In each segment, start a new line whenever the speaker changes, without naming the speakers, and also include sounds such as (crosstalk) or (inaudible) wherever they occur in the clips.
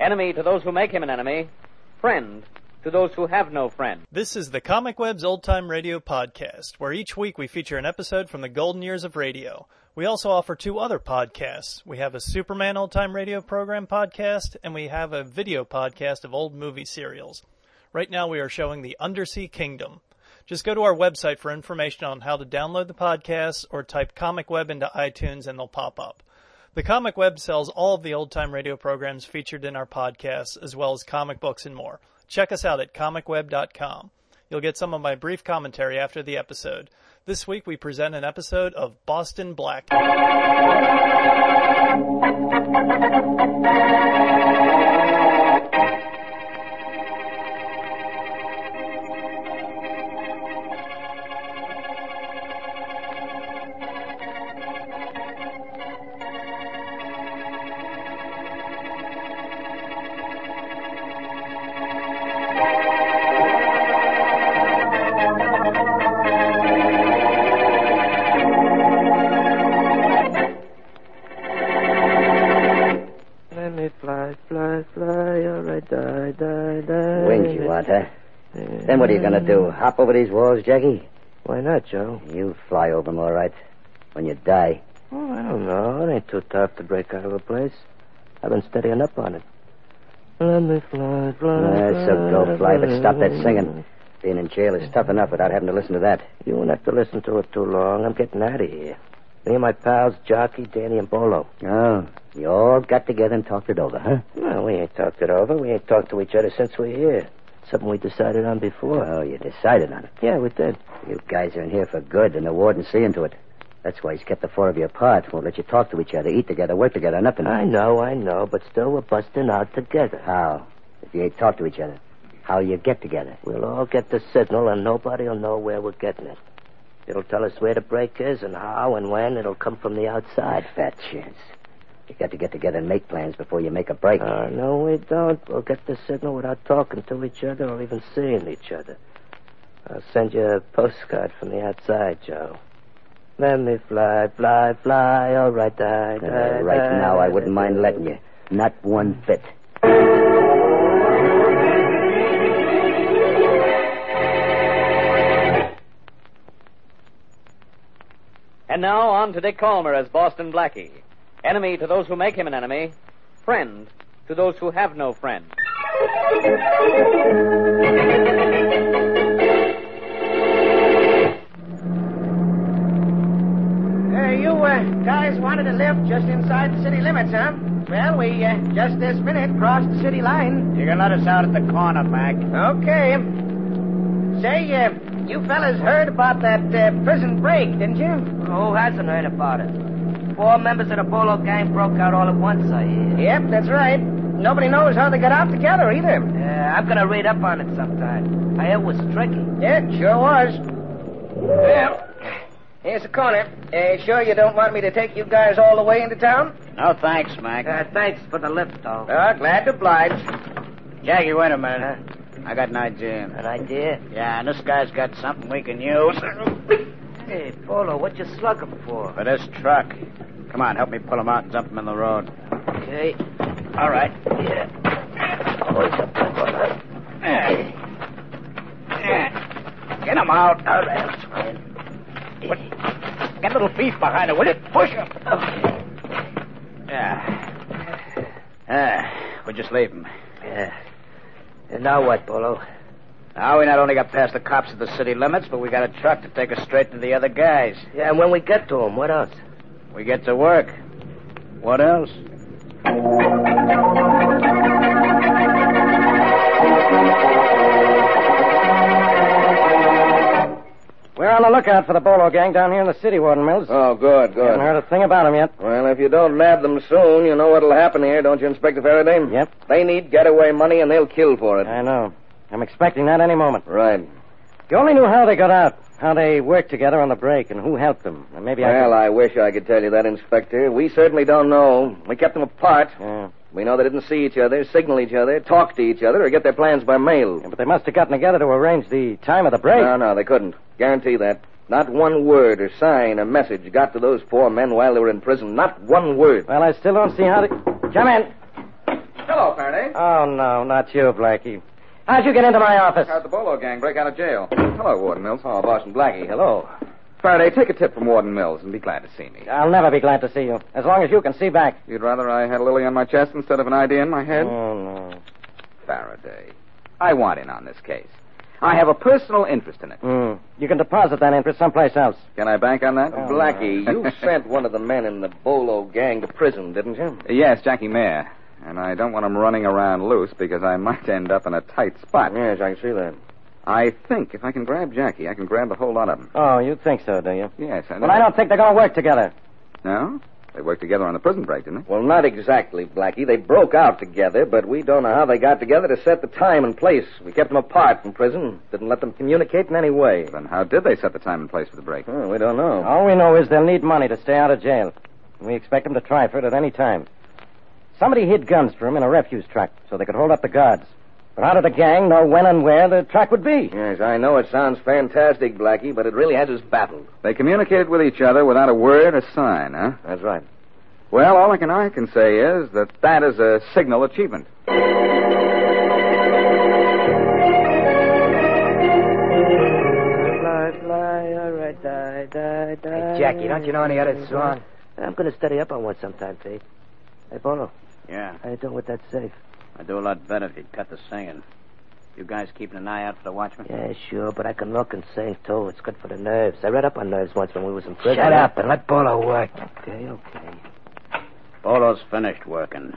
Enemy to those who make him an enemy, friend to those who have no friend.
This is the Comic Web's Old Time Radio Podcast, where each week we feature an episode from the golden years of radio. We also offer two other podcasts. We have a Superman Old Time Radio Program podcast, and we have a video podcast of old movie serials. Right now we are showing The Undersea Kingdom. Just go to our website for information on how to download the podcasts or type Comic Web into iTunes and they'll pop up. The Comic Web sells all of the old time radio programs featured in our podcasts, as well as comic books and more. Check us out at comicweb.com. You'll get some of my brief commentary after the episode. This week we present an episode of Boston Black.
Let me fly, fly, fly, or I die, die, die.
Wings you want, huh?
uh,
Then what are you going to do? Hop over these walls, Jackie?
Why not, Joe?
You fly over 'em, all right. When you die.
Oh, I don't know. It ain't too tough to break out of a place. I've been studying up on it. Let me fly, fly.
Ah, so go fly, but stop that
fly.
singing. Being in jail is tough enough without having to listen to that.
You won't have to listen to it too long. I'm getting out of here. Me and my pals, Jockey, Danny, and Bolo.
Oh, you all got together and talked it over, huh?
Well, we ain't talked it over. We ain't talked to each other since we're here. Something we decided on before.
Oh, you decided on it.
yeah, we did.
You guys are in here for good, and the warden's seeing to it. That's why he's kept the four of you apart. Won't let you talk to each other, eat together, work together, nothing.
I know, I know, but still we're busting out together.
How? If you ain't talk to each other, how you get together?
We'll all get the signal, and nobody will know where we're getting it. It'll tell us where the break is and how and when. It'll come from the outside.
Fat chance. You got to get together and make plans before you make a break.
Uh, no, we don't. We'll get the signal without talking to each other or even seeing each other. I'll send you a postcard from the outside, Joe. Let me fly, fly, fly. All right, die,
Uh,
die,
right
die,
now, I wouldn't
die,
mind
die.
letting you. Not one bit.
And now on to Dick Calmer as Boston Blackie. Enemy to those who make him an enemy, friend to those who have no friend.
Hey, you uh, guys wanted to live just inside the city limits, huh? Well, we uh, just this minute crossed the city line.
You can let us out at the corner, Mac.
Okay. Say, uh, you fellas heard about that uh, prison break, didn't you?
Who hasn't heard about it? Four members of the Bolo gang broke out all at once, I hear.
Yep, that's right. Nobody knows how they got out together either.
Yeah, I'm gonna read up on it sometime. I hear it was tricky.
Yeah, it sure was. Well, here's the corner. Uh, sure you don't want me to take you guys all the way into town?
No thanks, Mac. Oh,
Uh, thanks for the lift, though.
Uh, glad to oblige.
Jackie, wait a minute. I got an idea.
An idea?
Yeah, and this guy's got something we can use
Hey, Bolo, what you slugging for?
for this truck. Come on, help me pull him out and dump him in the road.
Okay.
All right.
Yeah.
Eh. Get him out. All right, that's fine. What? Get a little beef behind it, will you? Push him. Yeah. Ah, we Eh. just leave him.
Yeah. And Eh. now what, Polo?
Now we not only got past the cops at the city limits, but we got a truck to take us straight to the other guys.
Yeah, and when we get to him, what else?
We get to work. What else?
We're on the lookout for the Bolo gang down here in the city, Warden Mills.
Oh, good,
Haven't
good.
heard a thing about them yet.
Well, if you don't nab them soon, you know what'll happen here, don't you, Inspector Faraday?
Yep.
They need getaway money, and they'll kill for it.
I know. I'm expecting that any moment.
Right.
You only knew how they got out, how they worked together on the break, and who helped them. And maybe
Well, I wish I could tell you that, Inspector. We certainly don't know. We kept them apart.
I. Yeah.
We know they didn't see each other, signal each other, talk to each other, or get their plans by mail.
Yeah, But they must have gotten together to arrange the time of the break.
No, no, they couldn't. Guarantee that. Not one word or sign or message got to those four men while they were in prison. Not one word.
Well, I still don't see how they. Come in.
Hello, Faraday.
Oh, no, not you, Blackie. How'd you get into my office?
How'd the Bolo gang break out of jail? Hello, Warden Mills. Hello, Bosch and Oh, Blackie. Hello. Faraday, take a tip from Warden Mills and be glad to see me.
I'll never be glad to see you, as long as you can see back.
You'd rather I had a lily on my chest instead of an idea in my head?
Oh, no.
Faraday, I want in on this case. I have a personal interest in it.
Hmm. You can deposit that interest someplace else.
Can I bank on that? (laughs)
Blackie,
you
Oh, sent one of the men in the Bolo gang to prison, didn't you?
Yes, Jackie Mayer. And I don't want him running around loose because I might end up in a tight spot.
Yes, I can see that.
I think if I can grab Jackie, I can grab the whole lot of them.
Oh, you think so, do you?
Yes, I
Well, I don't think they're going to work together.
No? They worked together on the prison break, didn't they?
Well, not exactly, Blackie. They broke out together, but we don't know how they got together to set the time and place. We kept them apart from prison, didn't let them communicate in any way.
Then how did they set the time and place for the break?
Huh, we don't know.
All we know is they'll need money to stay out of jail. We expect them to try for it at any time. Somebody hid guns for them in a refuse truck so they could hold up the guards. But how did the gang know when and where the truck would be?
Yes, I know it sounds fantastic, Blackie, but it really has us baffled.
They communicated with each other without a word or sign, huh?
That's right.
Well, all I can, I can say is that that is a signal achievement.
Fly, fly, all right, die, die, die.
Hey, Jackie, don't you know any other song?
I'm going to study up on one sometime, Pete. Hey, Bolo,
Yeah,
how you doing with that safe?
I'd do a lot better if you'd cut the singing. You guys keeping an eye out for the watchman?
Yeah, sure, but I can look and sing, too. It's good for the nerves. I read up on nerves once when we was in prison.
Shut up and let Bolo work.
Okay, okay.
Bolo's finished working.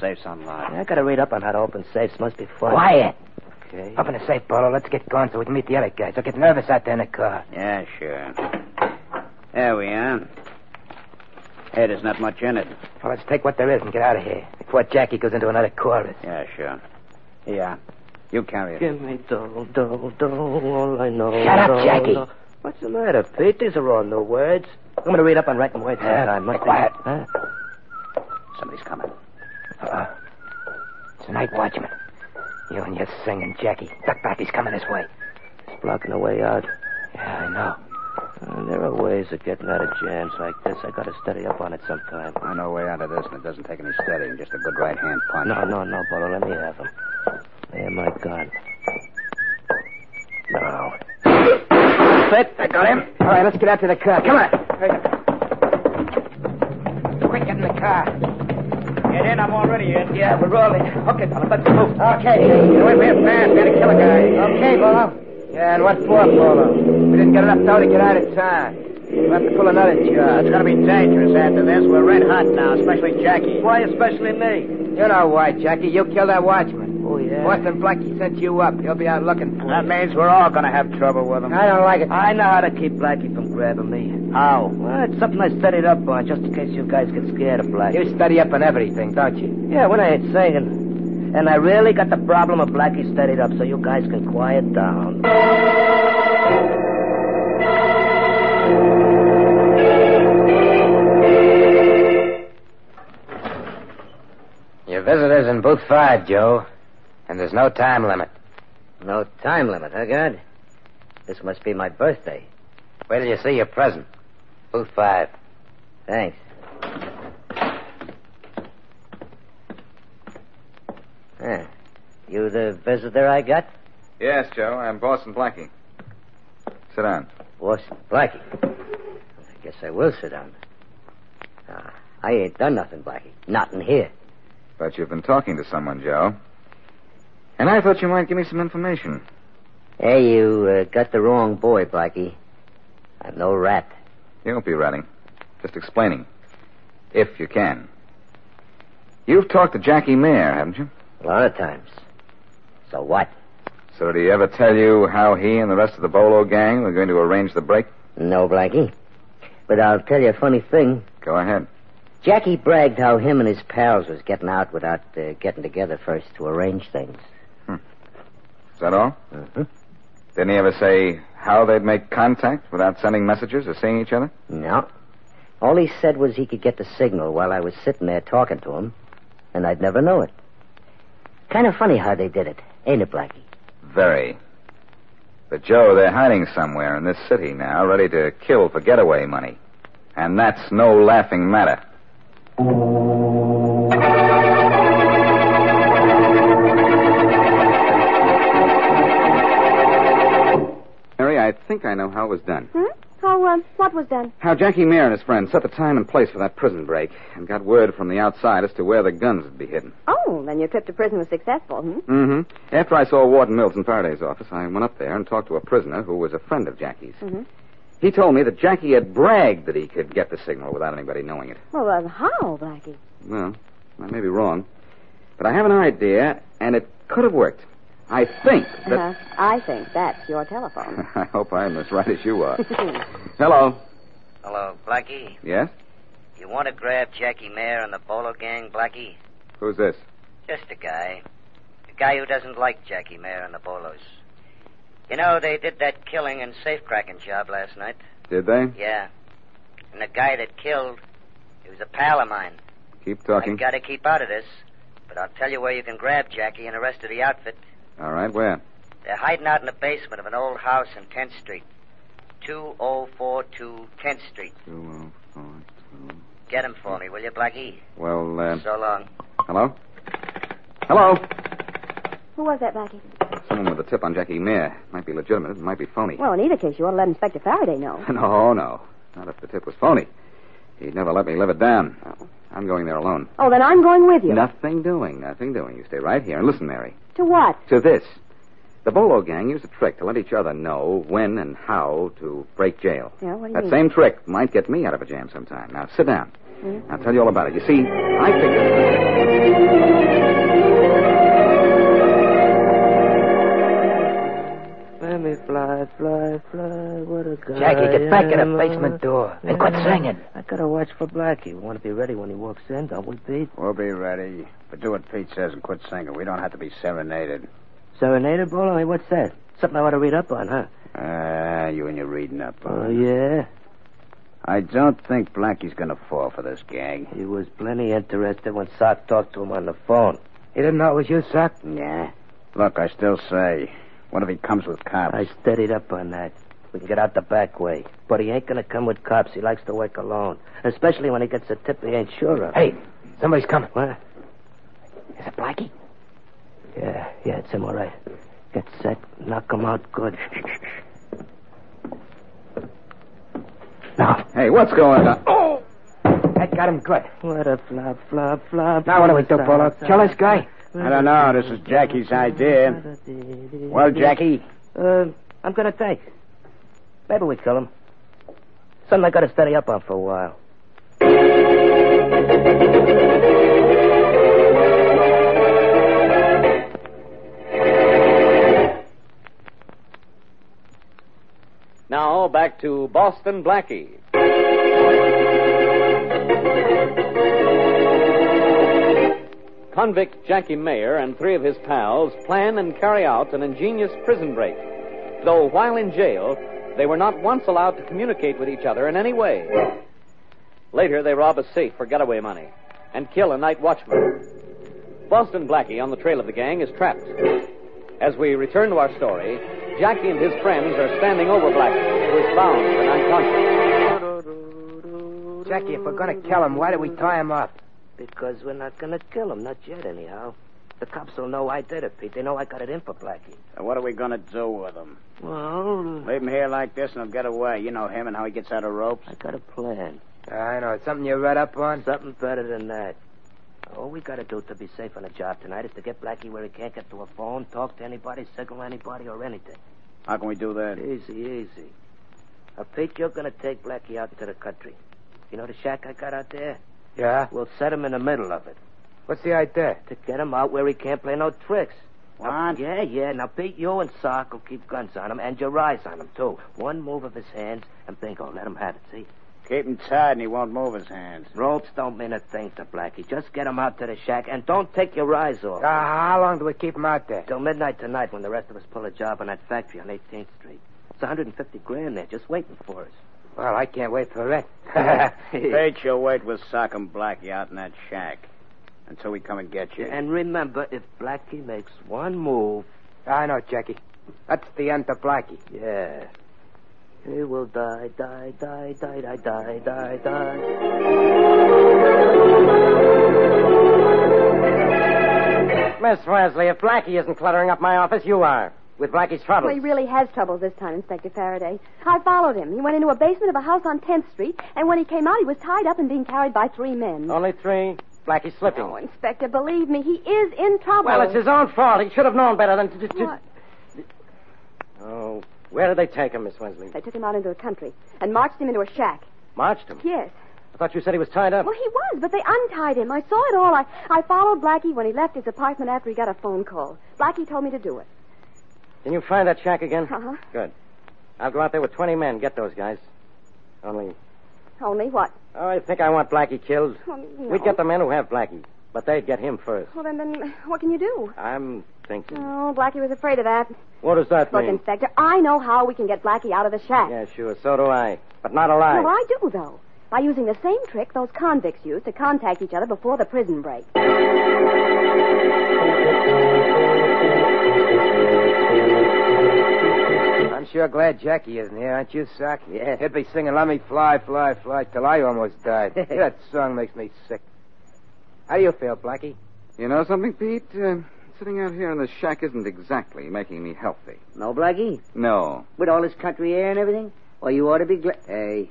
Save some light.
I got to read up on how to open safes. Must be fun.
Quiet.
Okay.
Open the safe, Bolo. Let's get going so we can meet the other guys. They'll get nervous out there in the car.
Yeah, sure. There we are. Hey, there's not much in it.
Well, let's take what there is and get out of here before Jackie goes into another chorus.
Yeah, sure. Yeah. You carry it.
Give me do, do, do, all I know.
Shut up,
do,
Jackie.
do. What's the matter, Pete? These are all new words. I'm going to read up on writing words
Yeah,
sometime.
be
Must
quiet.
Huh?
Somebody's coming.
Uh-uh. It's the night watchman. You and your singing, Jackie. Duck back, he's coming this way.
It's blocking the way out.
Yeah, I know.
Uh, there are ways of getting out of jams like this. I got to study up on it sometime.
I know a way out of this, and it doesn't take any studying. Just a good right hand punch.
No, no, no, Bolo. Let me have them. Yeah, my God. No.
Set. I got him.
All right, let's get out to the car. Come on. Quick, get in the car.
Get in. I'm already in.
Yeah, we're rolling. Okay, Bolo, let's move. Okay. We're, we're fast. We had to kill a guy. Okay, Bolo. Yeah, and what for, Bolo? We didn't get enough dough to get out of time. We'll have to pull another job. It's going to be dangerous after this. We're red hot now, especially Jackie. Why, especially me? You know why, Jackie. You killed that watchman.
Oh, yeah.
Boston Blackie sent you up. He'll be out looking for
That means we're all going to have trouble with him.
I don't like it.
I know how to keep Blackie from grabbing me.
How?
Well, it's something I studied up on just in case you guys get scared of Blackie.
You study up on everything, don't you?
Yeah, when I ain't singing. And I really got the problem of Blackie studied up, so you guys can quiet down.
Your visitor's in booth five, Joe. And there's no time limit.
No time limit, huh, God? This must be my birthday.
Wait till you see your present. Booth five.
Thanks. Huh. You the visitor I got?
Yes, Joe, I'm Boston Blackie. Sit down.
Boston Blackie. I guess I will sit down. Ah, I ain't done nothing, Blackie. Nothing here.
But you've been talking to someone, Joe. And I thought you might give me some information.
Hey, you uh, got the wrong boy, Blackie. I'm no rat.
You won't be ratting. Just explaining. If you can. You've talked to Jackie Mayer, haven't you?
A lot of times. So what?
So did he ever tell you how he and the rest of the Bolo gang were going to arrange the break?
No, Blackie. But I'll tell you a funny thing.
Go ahead.
Jackie bragged how him and his pals was getting out without uh, getting together first to arrange things.
Is that all?
Mm-hmm.
Didn't he ever say how they'd make contact without sending messages or seeing each other?
No. All he said was he could get the signal while I was sitting there talking to him, and I'd never know it. Kind of funny how they did it, ain't it, Blackie?
Very. But, Joe, they're hiding somewhere in this city now, ready to kill for getaway money. And that's no laughing matter. I know how it was done.
Hmm? How, um, what was done?
How Jackie Mayer and his friends set the time and place for that prison break and got word from the outside as to where the guns would be hidden.
Oh, then your trip to prison was successful, hmm?
Mm-hmm. After I saw Warden Mills in Faraday's office, I went up there and talked to a prisoner who was a friend of Jackie's.
Mm-hmm.
He told me that Jackie had bragged that he could get the signal without anybody knowing it.
Well, uh, how, Blackie?
Well, I may be wrong, but I have an idea, and it could have worked. I think that.
Uh, I think that's your telephone.
(laughs)
(laughs)
I hope I'm as right as you are. (laughs) Hello.
Hello, Blackie.
Yes?
You want to grab Jackie Mayer and the Bolo gang, Blackie?
Who's this?
Just a guy. A guy who doesn't like Jackie Mayer and the Bolos. You know, they did that killing and safecracking job last night.
Did they?
Yeah. And the guy that killed, he was a pal of mine.
Keep talking.
I gotta keep out of this, but I'll tell you where you can grab Jackie and the rest of the outfit.
All right, where?
They're hiding out in the basement of an old house in 10th Street. 2042 10th Street.
Two, oh, four, two.
Get him for me, will you, Blackie?
Well, uh,
So long.
hello? Hello?
Who was that, Blackie?
Someone with a tip on Jackie Mayer. Might be legitimate, it might be phony. (laughs)
Well, in either case, you ought to let Inspector
(laughs)
Faraday know.
No, no. Not if the tip was phony. He'd never let me live it down. I'm going there alone.
Oh, then I'm going with you.
Nothing doing, nothing doing. You stay right here and listen, Mary.
To what?
To this. The Bolo gang used a trick to let each other know when and how to break jail.
Yeah, what do you
That
mean?
same trick might get me out of a jam sometime. Now, sit down.
Hmm?
I'll tell you all about it. You see, I figured.
Let me fly, fly, fly. What a guy.
Jackie, get back in
am.
the basement door and quit
Yeah.
singing.
I gotta watch for Blackie. We want to be ready when he walks in, don't we, Pete?
We'll be ready. But do what Pete says and quit singing. We don't have to be serenaded.
Serenade, Bolo? Hey, what's that? Something I ought to read up on, huh?
Ah, you and your reading up.
Oh, yeah?
I don't think Blackie's going to fall for this gang.
He was plenty interested when Sock talked to him on the phone. He didn't know it was you, Sock?
Yeah. Look, I still say, what if he comes with cops?
I steadied up on that. We can get out the back way. But he ain't gonna come with cops. He likes to work alone. Especially when he gets a tip he ain't sure of.
Hey, somebody's coming.
What?
Is it Blackie?
Yeah, yeah, it's him, all right. Get set. Knock him out good.
No.
Hey, what's going on?
Oh! That got him good.
What a flop, flop, flop.
Now what do we do, Polo? Kill this guy?
I don't know. This is Jackie's idea. Well, Jackie,
Uh, I'm gonna think. Maybe we kill him. Something I gotta steady up on for a while.
Now back to Boston Blackie. Convict Jackie Mayer and three of his pals plan and carry out an ingenious prison break. Though while in jail, they were not once allowed to communicate with each other in any way. Later, they rob a safe for getaway money and kill a night watchman. Boston Blackie, on the trail of the gang, is trapped. As we return to our story, Jackie and his friends are standing over Blackie, who is bound and unconscious.
Jackie, if we're going to kill him, why do we tie him up?
Because we're not gonna kill him, not yet, anyhow. The cops will know I did it, Pete. They know I got it in for Blackie.
And what are we going to do with him?
Well,
Leave him here like this and he'll get away. You know him and how he gets out of ropes.
I got a plan.
I know. Something you read up on?
Something better than that. All we gotta do to be safe on the job tonight is to get Blackie where he can't get to a phone, talk to anybody, signal anybody, or anything.
How can we do that?
Easy, easy. Now, Pete, you're gonna take Blackie out into the country. You know the shack I got out there?
Yeah?
We'll set him in the middle of it
What's the idea?
to get him out where he can't play no tricks. Now,
What?
yeah, yeah. Now, Pete, you and Sock will keep guns on him and your eyes on him, too. One move of his hands, and bingo, let him have it, see?
Keep him tied and he won't move his hands.
Ropes don't mean a thing to Blackie. Just get him out to the shack and don't take your eyes off. him.
Ah, how long do we keep him out there?
Till midnight tonight when the rest of us pull a job on that factory on 18th Street. It's 150 grand there just waiting for us.
Well, I can't wait for it.
(laughs)
(laughs)
Pete, you'll wait with Sock and Blackie out in that shack until we come and get you.
And remember, if Blackie makes one move,
I know, Jackie. That's the end of Blackie.
yeah. He will die, die, die, die, die, die, die, die.
Miss Wesley, if Blackie isn't cluttering up my office, you are. with Blackie's troubles.
Well, he really has troubles this time, Inspector Faraday. I followed him. He went into a basement of a house on 10th Street, and when he came out, he was tied up and being carried by three men.
Only three. Blackie's slipping.
Oh, Inspector, believe me, he is in trouble.
Well, it's his own fault. He should have known better than to. to- to-
What?
Oh, where did they take him, Miss Wensley?
They took him out into the country and marched him into a shack.
Marched him.
Yes.
I thought you said he was tied up.
Well, he was, but they untied him. I saw it all. I, I followed Blackie when he left his apartment after he got a phone call. Blackie told me to do it.
Can you find that shack again?
Uh-huh.
Good. I'll go out there with 20 men. Get those guys. Only,
Only what?
oh, I think I want Blackie killed.
Well, no.
We'd get the men who have Blackie, but they'd get him first.
Well, then, then what can you do?
I'm thinking.
Oh, Blackie was afraid of that.
What does that
Look,
mean?
Inspector, I know how we can get Blackie out of the shack.
Yeah, sure. So do I. But not alive.
No, I do, though. By using the same trick those convicts used to contact each other before the prison break.
I'm sure glad Jackie isn't here, aren't you, Sock? Yeah. He'd be singing Let Me Fly, Fly, Fly till I almost died.
(laughs)
that song makes me sick. How do you feel, Blackie?
You know something, Pete? Uh, sitting out here in this shack isn't exactly making me healthy.
No, Blackie?
No.
With all this country air and everything? Well, you ought to be glad. Hey,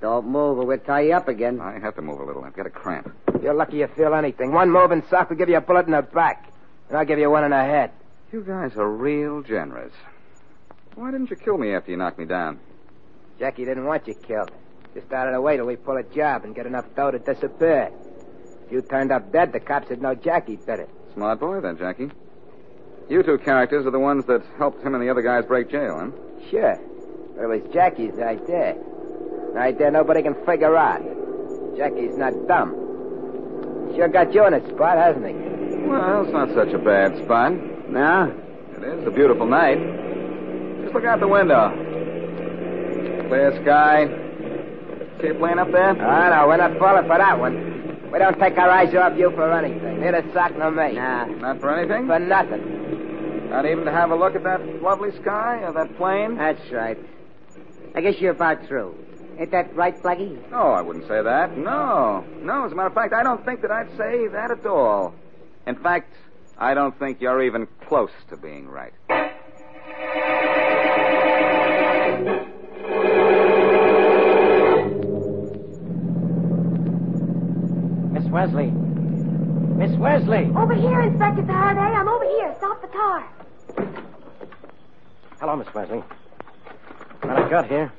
don't move or we'll tie you up again.
I have to move a little. I've got a cramp.
You're lucky you feel anything. One moving sock will give you a bullet in the back, and I'll give you one in the head.
You guys are real generous. Why didn't you kill me after you knocked me down?
Jackie didn't want you killed. Just started away till we pull a job and get enough dough to disappear. If you turned up dead, the cops would know Jackie did it.
Smart boy, then, Jackie. You two characters are the ones that helped him and the other guys break jail, huh?
Sure. But it was Jackie's idea. An idea nobody can figure out. Jackie's not dumb. Sure got you in a spot, hasn't he?
Well, it's not such a bad spot. No? It is a beautiful night. Just look out the window. Clear sky. See it plane up there?
Oh, no, we're not falling for that one. We don't take our eyes off you for anything. Neither Sock nor me. Nah.
Not for anything?
For nothing.
Not even to have a look at that lovely sky or that plane?
That's right. I guess you're about through. Ain't that right, Blackie?
No, I wouldn't say that. No. No, as a matter of fact, I don't think that I'd say that at all. In fact, I don't think you're even close to being right.
Miss Wesley. Miss Wesley.
Over here, Inspector Faraday. I'm over here. Stop the car.
Hello, Miss Wesley. When I got here,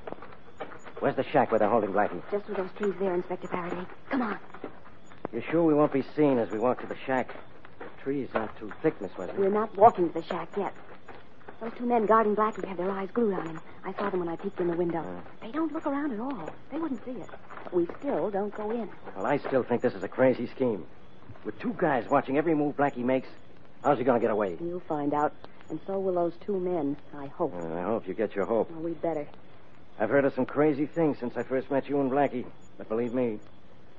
where's the shack where they're holding Blackie?
Just with those trees there, Inspector Faraday. Come on.
You sure we won't be seen as we walk to the shack? The trees aren't too thick, Miss Wesley.
We're not walking to the shack yet. Those two men guarding Blackie have their eyes glued on him. I saw them when I peeked in the window. They don't look around at all. They wouldn't see it. But we still don't go in.
Well, I still think this is a crazy scheme. With two guys watching every move Blackie makes, how's he going to get away?
You'll find out. And so will those two men, I hope.
Well, I hope you get your hope.
Well, we'd better.
I've heard of some crazy things since I first met you and Blackie, but believe me,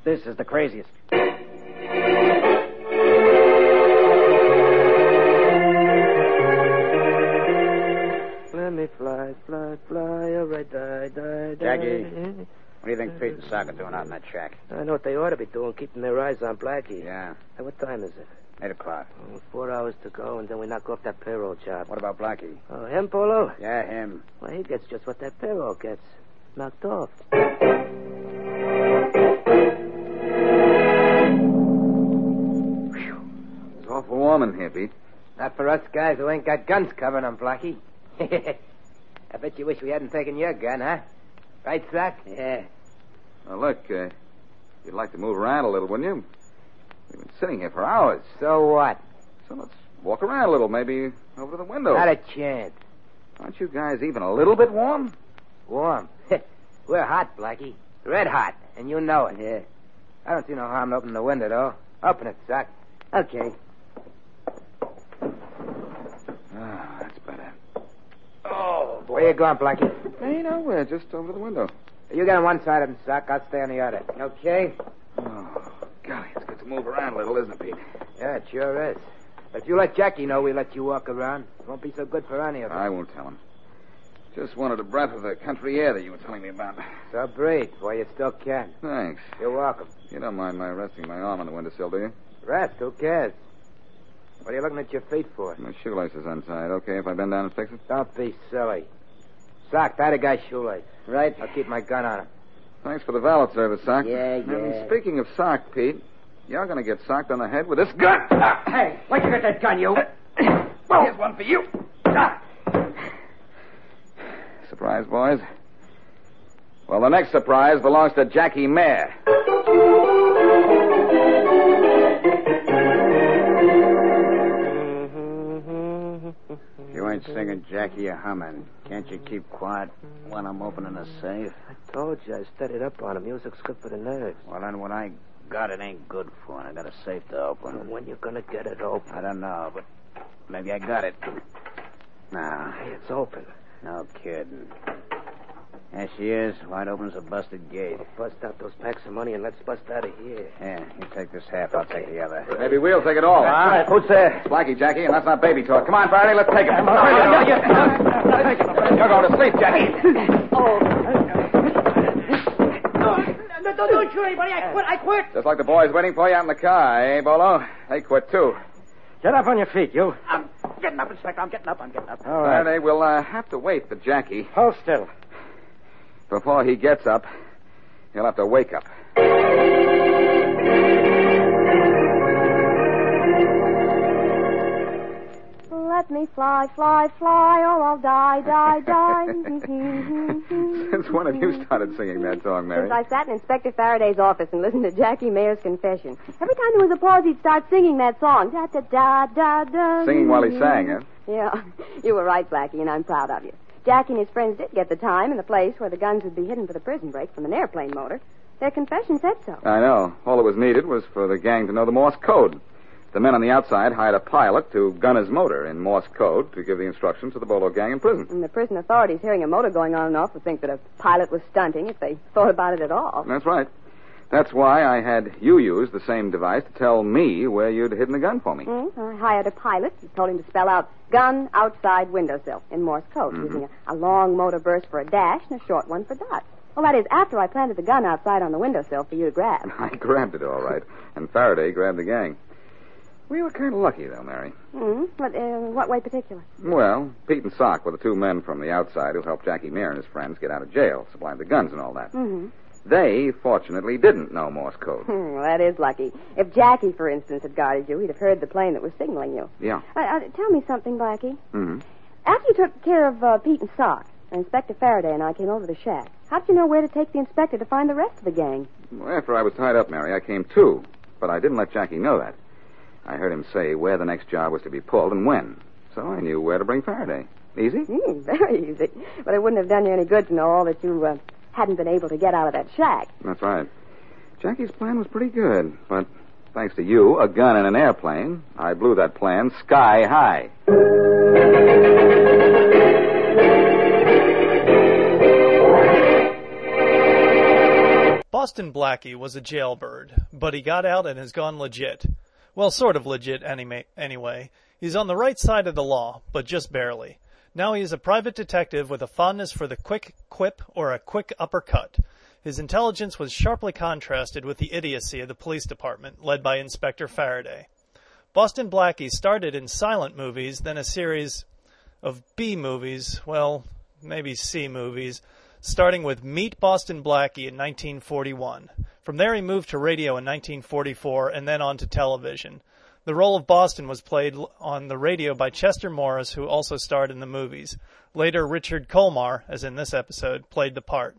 this is the craziest.
Let me fly, fly, fly, all right, die, die, die.
Jackie. What do you think Pete and Sock are doing out in that shack?
I know what they ought to be doing, keeping their eyes on Blackie.
Yeah.
Hey, what time is it?
Eight o'clock.
Oh, Four hours to go, and then we knock off that payroll job.
What about Blackie?
Oh, him, Polo?
Yeah, him.
Well, he gets just what that payroll gets. Knocked off.
It's awful warm in here, Pete.
Not for us guys who ain't got guns covering 'em, Blackie. (laughs) I bet you wish we hadn't taken your gun, huh? Right, Sock? Yeah.
Now, look, uh, you'd like to move around a little, wouldn't you? We've been sitting here for hours.
So what?
So let's walk around a little, maybe over to the window.
Not a chance.
Aren't you guys even a little bit warm?
Warm. (laughs) We're hot, Blackie. Red hot. And you know it. Yeah. I don't see no harm in opening the window, though. Open it, Sock.
Okay.
Ah, that's better.
Oh, boy. Where you going, Blackie?
Hey, nowhere, just over to the window.
You get on one side of him, Sock. I'll stay on the other. Okay?
Oh, golly, it's good to move around a little, isn't it, Pete?
Yeah, it sure is. But if you let Jackie know we let you walk around, it won't be so good for any of us.
I won't tell him. Just wanted a breath of the country air that you were telling me about.
So breathe while you still can.
Thanks.
You're welcome.
You don't mind my resting my arm on the windowsill, do you?
Rest, who cares? What are you looking at your feet for?
My shoelace is untied. Okay, if I bend down and fix it?
Don't be silly. Sock, tie the guy's shoelace. Right. I'll keep my gun on him.
Thanks for the valet service, Sock.
Yeah,
And
yeah.
speaking of Sock, Pete, you're going to get socked on the head with this gun.
Hey, where'd you get that gun, you? (coughs) Well, here's one for you.
Surprise, boys? Well, the next surprise belongs to Jackie Mayer.
You ain't singing, Jackie, you're humming. Can't you keep quiet when I'm opening a safe?
I told you I studied up on it. Music's good for the nerves.
Well, then when I got it ain't good for it. I got a safe to open.
When you gonna get it open?
I don't know, but maybe I got it. Now,
It's open.
no kidding. There she is, wide open as a busted gate.
Bust out those packs of money and let's bust out of here.
Yeah, you take this half, I'll take the other.
Maybe
(laughs)
we'll take it all.
That's right.
Who's there? Blackie, Jackie, and that's not baby talk. Come on, Faraday, let's take it. You're going to sleep, Jackie.
No, don't, don't shoot anybody. I quit. I quit.
Just like the boys waiting for you out in the car, eh, Bolo? They quit, too.
Get up on your feet, you.
I'm getting up, Inspector. I'm getting up. I'm getting up.
All right.
Faraday, we'll uh, have to wait for Jackie.
Hold still.
Before he gets up, he'll have to wake up.
Let me fly, fly, fly, or I'll die, die, die.
(laughs)
Since when have you started singing that song, Mary?
Since I sat in Inspector Faraday's office and listened to Jackie Mayer's confession, every time there was a pause, he'd start singing that song. Da da da da da.
Singing while he sang, eh?
Yeah, (laughs) you were right, Blackie, and I'm proud of you. Jackie and his friends did get the time and the place where the guns would be hidden for the prison break from an airplane motor. Their confession said so.
I know. All that was needed was for the gang to know the Morse code. The men on the outside hired a pilot to gun his motor in Morse code to give the instructions to the Bolo gang in prison.
And the prison authorities hearing a motor going on and off would think that a pilot was stunting if they thought about it at all.
That's right. That's why I had you use the same device to tell me where you'd hidden the gun for me.
Hmm? I hired a pilot and told him to spell out gun outside windowsill in Morse code,
Mhm.
using a, a long motor burst for a dash and a short one for dot. Well, that is, after I planted the gun outside on the windowsill for you to grab.
I grabbed it all right, and Faraday grabbed the gang. We were kind of lucky, though, Mary.
Hmm? What, uh, what way particular?
Well, Pete and Sock were the two men from the outside who helped Jackie Mayer and his friends get out of jail, supplied the guns and all that.
Mm-hmm. (laughs)
They, fortunately, didn't know Morse code.
well, that is lucky. If Jackie, for instance, had guarded you, he'd have heard the plane that was signaling you.
Yeah.
Uh, uh, tell me something, Blackie.
Mm-hmm.
After you took care of uh, Pete and Sock, and Inspector Faraday and I came over to the shack, how did you know where to take the inspector to find the rest of the gang?
Well, after I was tied up, Mary, I came to, but I didn't let Jackie know that. I heard him say where the next job was to be pulled and when, so I knew where to bring Faraday. Easy?
Hmm, (laughs) very easy. But it wouldn't have done you any good to know all that you uh, hadn't been able to get out of that shack.
That's right. Jackie's plan was pretty good, but thanks to you, a gun and an airplane, I blew that plan sky high.
Boston Blackie was a jailbird, but he got out and has gone legit. Well, sort of legit anima- anyway. He's on the right side of the law, but just barely. Now he is a private detective with a fondness for the quick quip or a quick uppercut. His intelligence was sharply contrasted with the idiocy of the police department, led by Inspector Faraday. Boston Blackie started in silent movies, then a series of B movies, well, maybe C movies, starting with Meet Boston Blackie in 1941. From there, he moved to radio in 1944 and then on to television. The role of Boston was played l- on the radio by Chester Morris, who also starred in the movies. Later, Richard Colmar, as in this episode, played the part.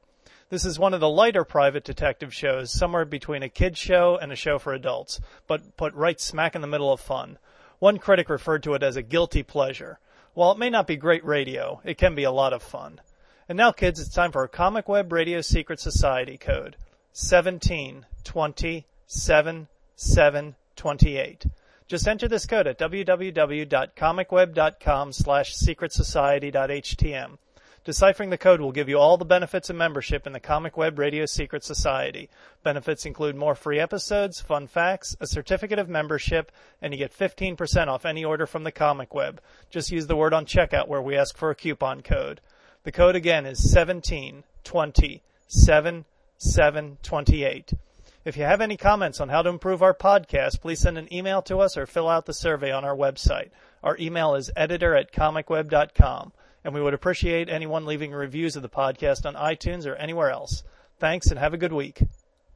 This is one of the lighter private detective shows, somewhere between a kid's show and a show for adults, but put right smack in the middle of fun. One critic referred to it as a guilty pleasure. While it may not be great radio, it can be a lot of fun. And now, kids, it's time for a Comic Web Radio Secret Society code 17207728. Just enter this code at www.comicweb.com slash secretsociety.htm. Deciphering the code will give you all the benefits of membership in the Comic Web Radio Secret Society. Benefits include more free episodes, fun facts, a certificate of membership, and you get 15% off any order from the Comic Web. Just use the word on checkout where we ask for a coupon code. The code again is 17207728. If you have any comments on how to improve our podcast, please send an email to us or fill out the survey on our website. Our email is editor at comicweb.com, and we would appreciate anyone leaving reviews of the podcast on iTunes or anywhere else. Thanks and have a good week.